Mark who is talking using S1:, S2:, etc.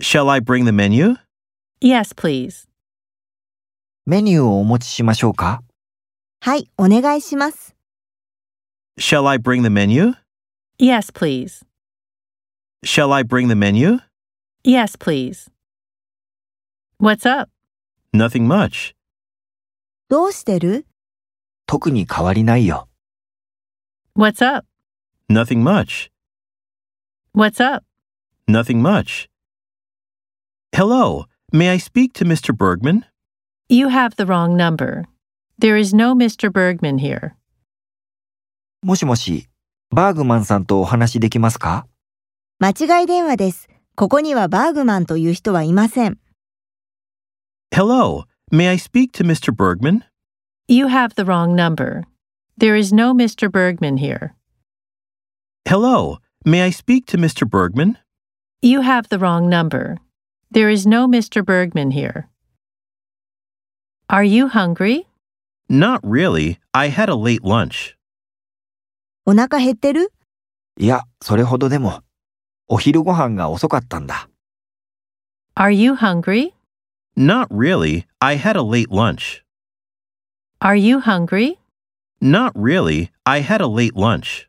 S1: Shall I bring the menu?
S2: Yes, please.
S3: メニューをお持ちしましょうか
S4: はい、お願いします。
S1: Shall I bring the menu?
S2: Yes, please.
S1: Shall I bring the menu?
S2: Yes, please. What's up?
S1: Nothing much.
S4: どうしてる
S3: 特に変わりないよ。
S2: What's up?
S1: Nothing much.
S2: What's up?
S1: Nothing much. Hello. May I speak to Mr. Bergman?
S2: You have the wrong number. There is no Mr. Bergman here.
S3: もしもし、バーグマンさんとお話しできますか
S4: 間違い電話です。ここにはバーグマンという人はいません。
S1: Hello. May I speak to Mr. Bergman?
S2: You have the wrong number. There is no Mr. Bergman here.
S1: Hello. May I speak to Mr. Bergman?
S2: You have the wrong number. There is no Mr. Bergman here. Are you hungry?
S1: Not really. I had a late lunch.
S4: お腹減ってる
S3: いや、それほどでも。お昼ご飯が遅かったんだ。
S2: Are you hungry?
S1: Not really. I had a late lunch.
S2: Are you hungry?
S1: Not really. I had a late lunch.